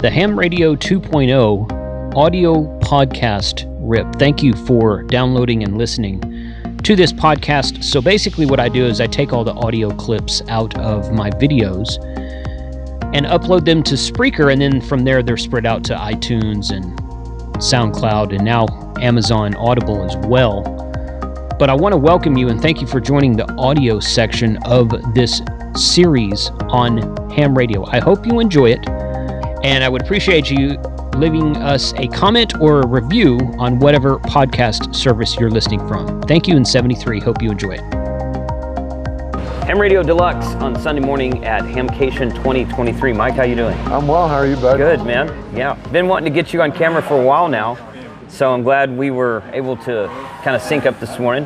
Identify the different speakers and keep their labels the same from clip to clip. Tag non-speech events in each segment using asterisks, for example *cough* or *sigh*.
Speaker 1: the Ham Radio 2.0 audio podcast rip. Thank you for downloading and listening to this podcast. So, basically, what I do is I take all the audio clips out of my videos and upload them to Spreaker, and then from there, they're spread out to iTunes and SoundCloud and now Amazon Audible as well. But I want to welcome you and thank you for joining the audio section of this series on ham radio. I hope you enjoy it and I would appreciate you leaving us a comment or a review on whatever podcast service you're listening from. Thank you in 73. Hope you enjoy it.
Speaker 2: Ham Radio Deluxe on Sunday morning at Hamcation 2023. Mike, how you doing?
Speaker 3: I'm well. How are you, bud?
Speaker 2: Good, man. Yeah, been wanting to get you on camera for a while now, so I'm glad we were able to kind of sync up this morning.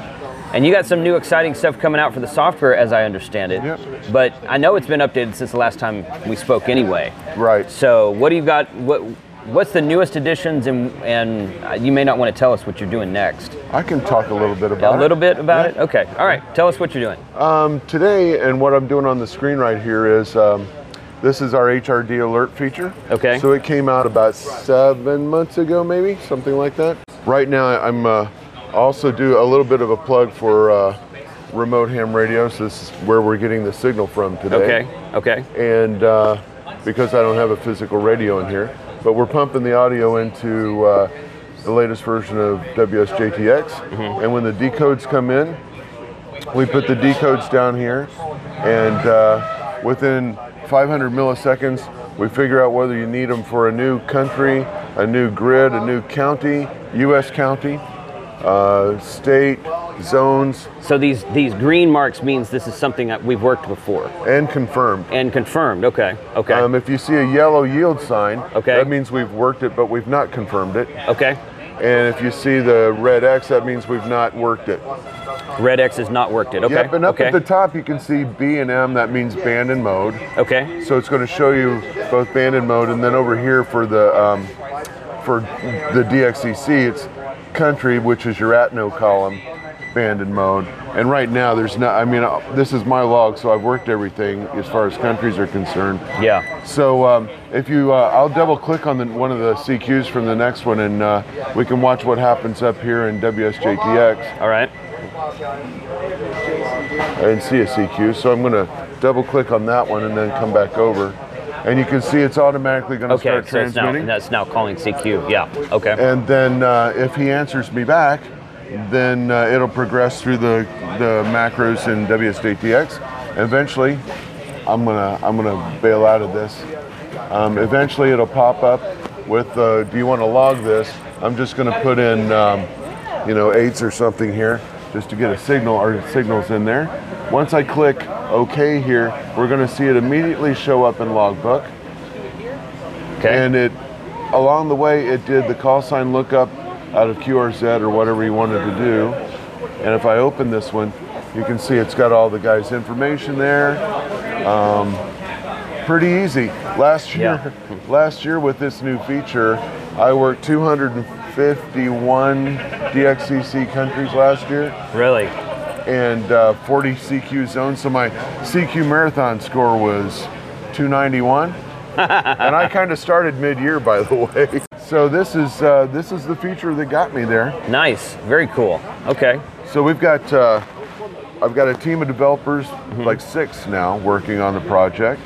Speaker 2: And you got some new exciting stuff coming out for the software, as I understand it.
Speaker 3: Yep.
Speaker 2: But I know it's been updated since the last time we spoke, anyway.
Speaker 3: Right.
Speaker 2: So, what do you got? What What's the newest additions? And and uh, you may not want to tell us what you're doing next.
Speaker 3: I can talk a little bit
Speaker 2: A
Speaker 3: about it.
Speaker 2: little bit about it. Okay. All right. Tell us what you're doing.
Speaker 3: Um, today, and what I'm doing on the screen right here is um, this is our HRD alert feature.
Speaker 2: Okay.
Speaker 3: So it came out about seven months ago, maybe something like that. Right now, I'm uh, also do a little bit of a plug for uh, remote ham radios. This is where we're getting the signal from today.
Speaker 2: Okay. Okay.
Speaker 3: and uh, because I don't have a physical radio in here, but we're pumping the audio into uh, the latest version of WSJTX, and when the decodes come in, we put the decodes down here, and uh, within 500 milliseconds, we figure out whether you need them for a new country, a new grid, a new county, U.S. county, uh, state, zones,
Speaker 2: So these these green marks means this is something that we've worked before
Speaker 3: and confirmed.
Speaker 2: and confirmed. Okay. Okay.
Speaker 3: Um, if you see a yellow yield sign,
Speaker 2: Okay.
Speaker 3: that means we've worked it, but we've not confirmed it.
Speaker 2: okay.
Speaker 3: And if you see the red X, that means we've not worked it.
Speaker 2: Red X has not worked it. Okay.
Speaker 3: Yep, and up
Speaker 2: okay.
Speaker 3: at the top, you can see B and M, that means band and mode.
Speaker 2: okay.
Speaker 3: So it's going to show you both band and mode, and then over here for the um, for the DXCC, it's country, which is your atno column, band and mode. And right now, there's not. I mean, uh, this is my log, so I've worked everything as far as countries are concerned.
Speaker 2: Yeah.
Speaker 3: So um, if you, uh, I'll double click on the, one of the CQs from the next one, and uh, we can watch what happens up here in WSJTX
Speaker 2: All right.
Speaker 3: and see a CQ. So I'm going to double click on that one and then come back over, and you can see it's automatically going to
Speaker 2: Okay.
Speaker 3: start
Speaker 2: So it's now
Speaker 3: transmitting.
Speaker 2: that's now calling CQ. Yeah. Okay.
Speaker 3: and then uh, if he answers me back, then uh, it'll progress through the the macros in WSJTX. Eventually, I'm gonna I'm gonna bail out of this. Um, eventually, it'll pop up with uh, Do you want to log this? I'm just gonna put in um, you know eights or something here just to get a signal or signals in there. Once I click OK here, we're gonna see it immediately show up in logbook
Speaker 2: Okay.
Speaker 3: and it along the way it did the call sign lookup out of QRZ or whatever you wanted to do. And if I open this one, you can see it's got all the guys' information there. Um, pretty easy. Last year, *laughs* last year with this new feature, I worked 251 DXCC countries last year
Speaker 2: really.
Speaker 3: and uh, 40 CQ zones. So my CQ marathon score was 291, and I kind of started mid-year, by the way. So this is uh, this is the feature that got me there.
Speaker 2: Nice. Very cool. Okay.
Speaker 3: So we've got uh, I've got a team of developers, like six now, working on the project.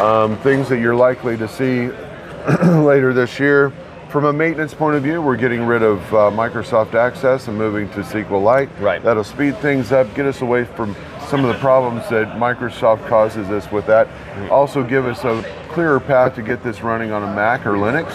Speaker 3: Um, things that you're likely to see *clears throat* later this year. From a maintenance point of view, we're getting rid of uh, Microsoft Access and moving to SQLite.
Speaker 2: Right.
Speaker 3: That'll speed things up, get us away from some of the problems that Microsoft causes us with that. Also, give us a clearer path to get this running on a Mac or Linux.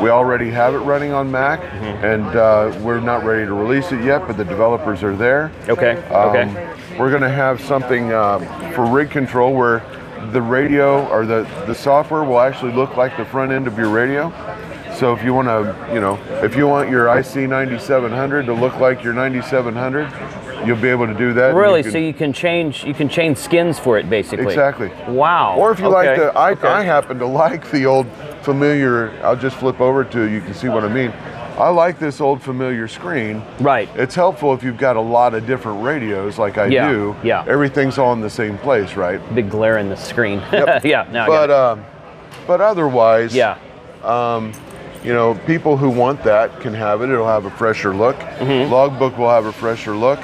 Speaker 3: We already have it running on Mac, and uh, we're not ready to release it yet, but the developers are there.
Speaker 2: Okay.
Speaker 3: Um,
Speaker 2: okay.
Speaker 3: We're going to have something um, for rig control where the radio or the, the software will actually look like the front end of your radio. So if you want to, you know, if you want your IC 9700 to look like your 9700, you'll be able to do that. and you
Speaker 2: Really?
Speaker 3: can-
Speaker 2: so you can change you can change skins for it basically.
Speaker 3: Exactly.
Speaker 2: Wow.
Speaker 3: Or if you like
Speaker 2: Okay.
Speaker 3: the, I,
Speaker 2: Okay.
Speaker 3: I happen to like the old familiar. I'll just flip over to it, you can see what I mean. I like this old familiar screen.
Speaker 2: Right.
Speaker 3: It's helpful if you've got a lot of different radios, like I
Speaker 2: Yeah,
Speaker 3: do.
Speaker 2: yeah.
Speaker 3: Everything's all in the same place, right?
Speaker 2: Big glare in the screen. *laughs*
Speaker 3: Yep.
Speaker 2: yeah. No. I
Speaker 3: but
Speaker 2: got it.
Speaker 3: um, but otherwise,
Speaker 2: yeah.
Speaker 3: you know, people who want that can have it. It'll have a fresher look. Logbook will have a fresher look.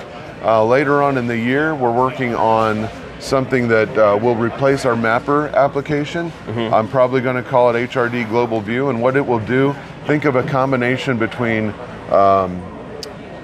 Speaker 3: Uh, later on in the year, we're working on something that uh, will replace our mapper application. I'm probably going to call it HRD Global View, and what it will do, think of a combination between um,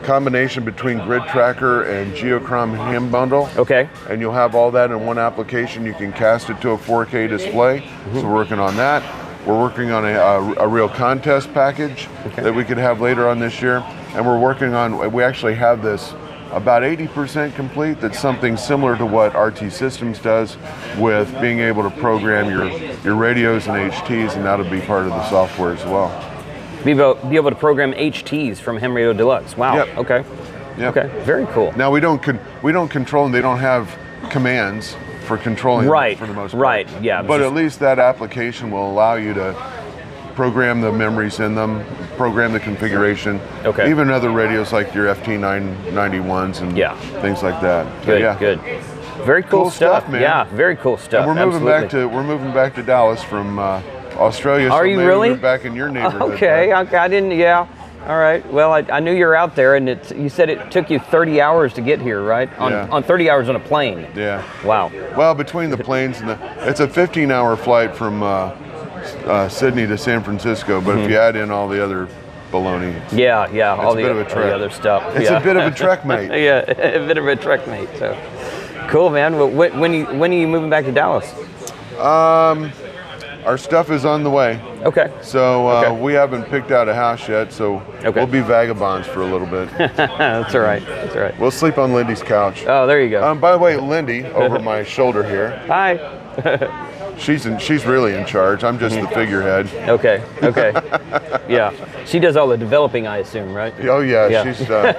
Speaker 3: combination between Grid Tracker and Geochrome Ham Bundle
Speaker 2: Okay.
Speaker 3: and you'll have all that in one application. You can cast it to a 4K display. So we're working on that. We're working on a, a, a real contest package that we could have later on this year, and we're working on. We actually have this about 80% complete. That's something similar to what RT Systems does with being able to program your your radios and HTs, and that'll be part of the software as well.
Speaker 2: Be able, be able to program HTs from Ham Radio Deluxe. Wow.
Speaker 3: Yep.
Speaker 2: Okay.
Speaker 3: Yep.
Speaker 2: Okay. Very cool.
Speaker 3: Now we don't con- we don't control them. They don't have commands for controlling them
Speaker 2: Right,
Speaker 3: for the most part.
Speaker 2: right, yeah,
Speaker 3: But
Speaker 2: just-
Speaker 3: at least that application will allow you to program the memories in them, program the configuration.
Speaker 2: Okay.
Speaker 3: Even other radios like your FT991s and
Speaker 2: Yeah.
Speaker 3: things like that. So,
Speaker 2: Good.
Speaker 3: yeah.
Speaker 2: Good. Very cool,
Speaker 3: Cool stuff, man.
Speaker 2: Yeah. Very cool stuff.
Speaker 3: And we're moving back
Speaker 2: Absolutely.
Speaker 3: to we're moving back to Dallas from uh, Australia.
Speaker 2: Are
Speaker 3: so
Speaker 2: you
Speaker 3: maybe
Speaker 2: really?
Speaker 3: we're back in your
Speaker 2: *laughs*
Speaker 3: neighborhood.
Speaker 2: Okay.
Speaker 3: right?
Speaker 2: Okay. I didn't. Yeah. All right. Well, I, I knew you were out there, and it's, you said it took you 30 hours to get here, right? On,
Speaker 3: Yeah.
Speaker 2: on 30 hours on a plane.
Speaker 3: Yeah.
Speaker 2: Wow.
Speaker 3: Well, between the planes and the, it's a 15-hour flight from uh, uh, Sydney to San Francisco. But
Speaker 2: Mm-hmm.
Speaker 3: if you add in all the other baloney, it's
Speaker 2: Yeah, yeah. all
Speaker 3: a
Speaker 2: the,
Speaker 3: bit of a
Speaker 2: all the
Speaker 3: trek.
Speaker 2: other stuff. yeah.
Speaker 3: a
Speaker 2: *laughs*
Speaker 3: bit of a trek, mate.
Speaker 2: yeah, a bit of a trek, mate. So, cool, man. Well, when, when you when are you moving back to Dallas?
Speaker 3: Um, Our stuff is on the way,
Speaker 2: Okay.
Speaker 3: so uh,
Speaker 2: Okay.
Speaker 3: we haven't picked out a house yet. So
Speaker 2: Okay.
Speaker 3: we'll be vagabonds for a
Speaker 2: *laughs*
Speaker 3: little bit.
Speaker 2: Uh, That's all right. That's all right.
Speaker 3: we'll sleep on Lindy's couch.
Speaker 2: Oh, there you go.
Speaker 3: Um, by the way,
Speaker 2: *laughs*
Speaker 3: Lindy, over my shoulder here,
Speaker 2: Hi.
Speaker 3: she's in, she's really in charge. I'm just
Speaker 2: Mm-hmm.
Speaker 3: the figurehead.
Speaker 2: Okay.
Speaker 3: *laughs*
Speaker 2: Okay. yeah. She does all the developing, I assume, right?
Speaker 3: Oh yeah,
Speaker 2: Yeah.
Speaker 3: she's uh,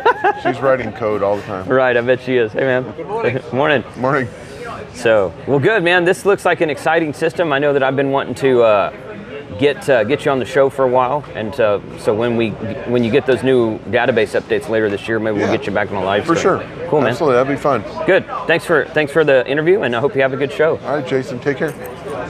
Speaker 3: she's writing code all the time.
Speaker 2: Right. I bet she is. Hey, man. Good morning. *laughs* morning.
Speaker 3: Morning.
Speaker 2: So, well, good, man. This looks like an exciting system. I know that I've been wanting to uh, get uh, get you on the show for a while, and uh, so when we when you get those new database updates later this year, maybe
Speaker 3: Yeah.
Speaker 2: we'll get you back on the live
Speaker 3: For sure.
Speaker 2: stream. Cool, man.
Speaker 3: Absolutely, that'd be fun.
Speaker 2: Good. Thanks for thanks for the interview, and I hope you have a good show.
Speaker 3: All right, Jason, take care.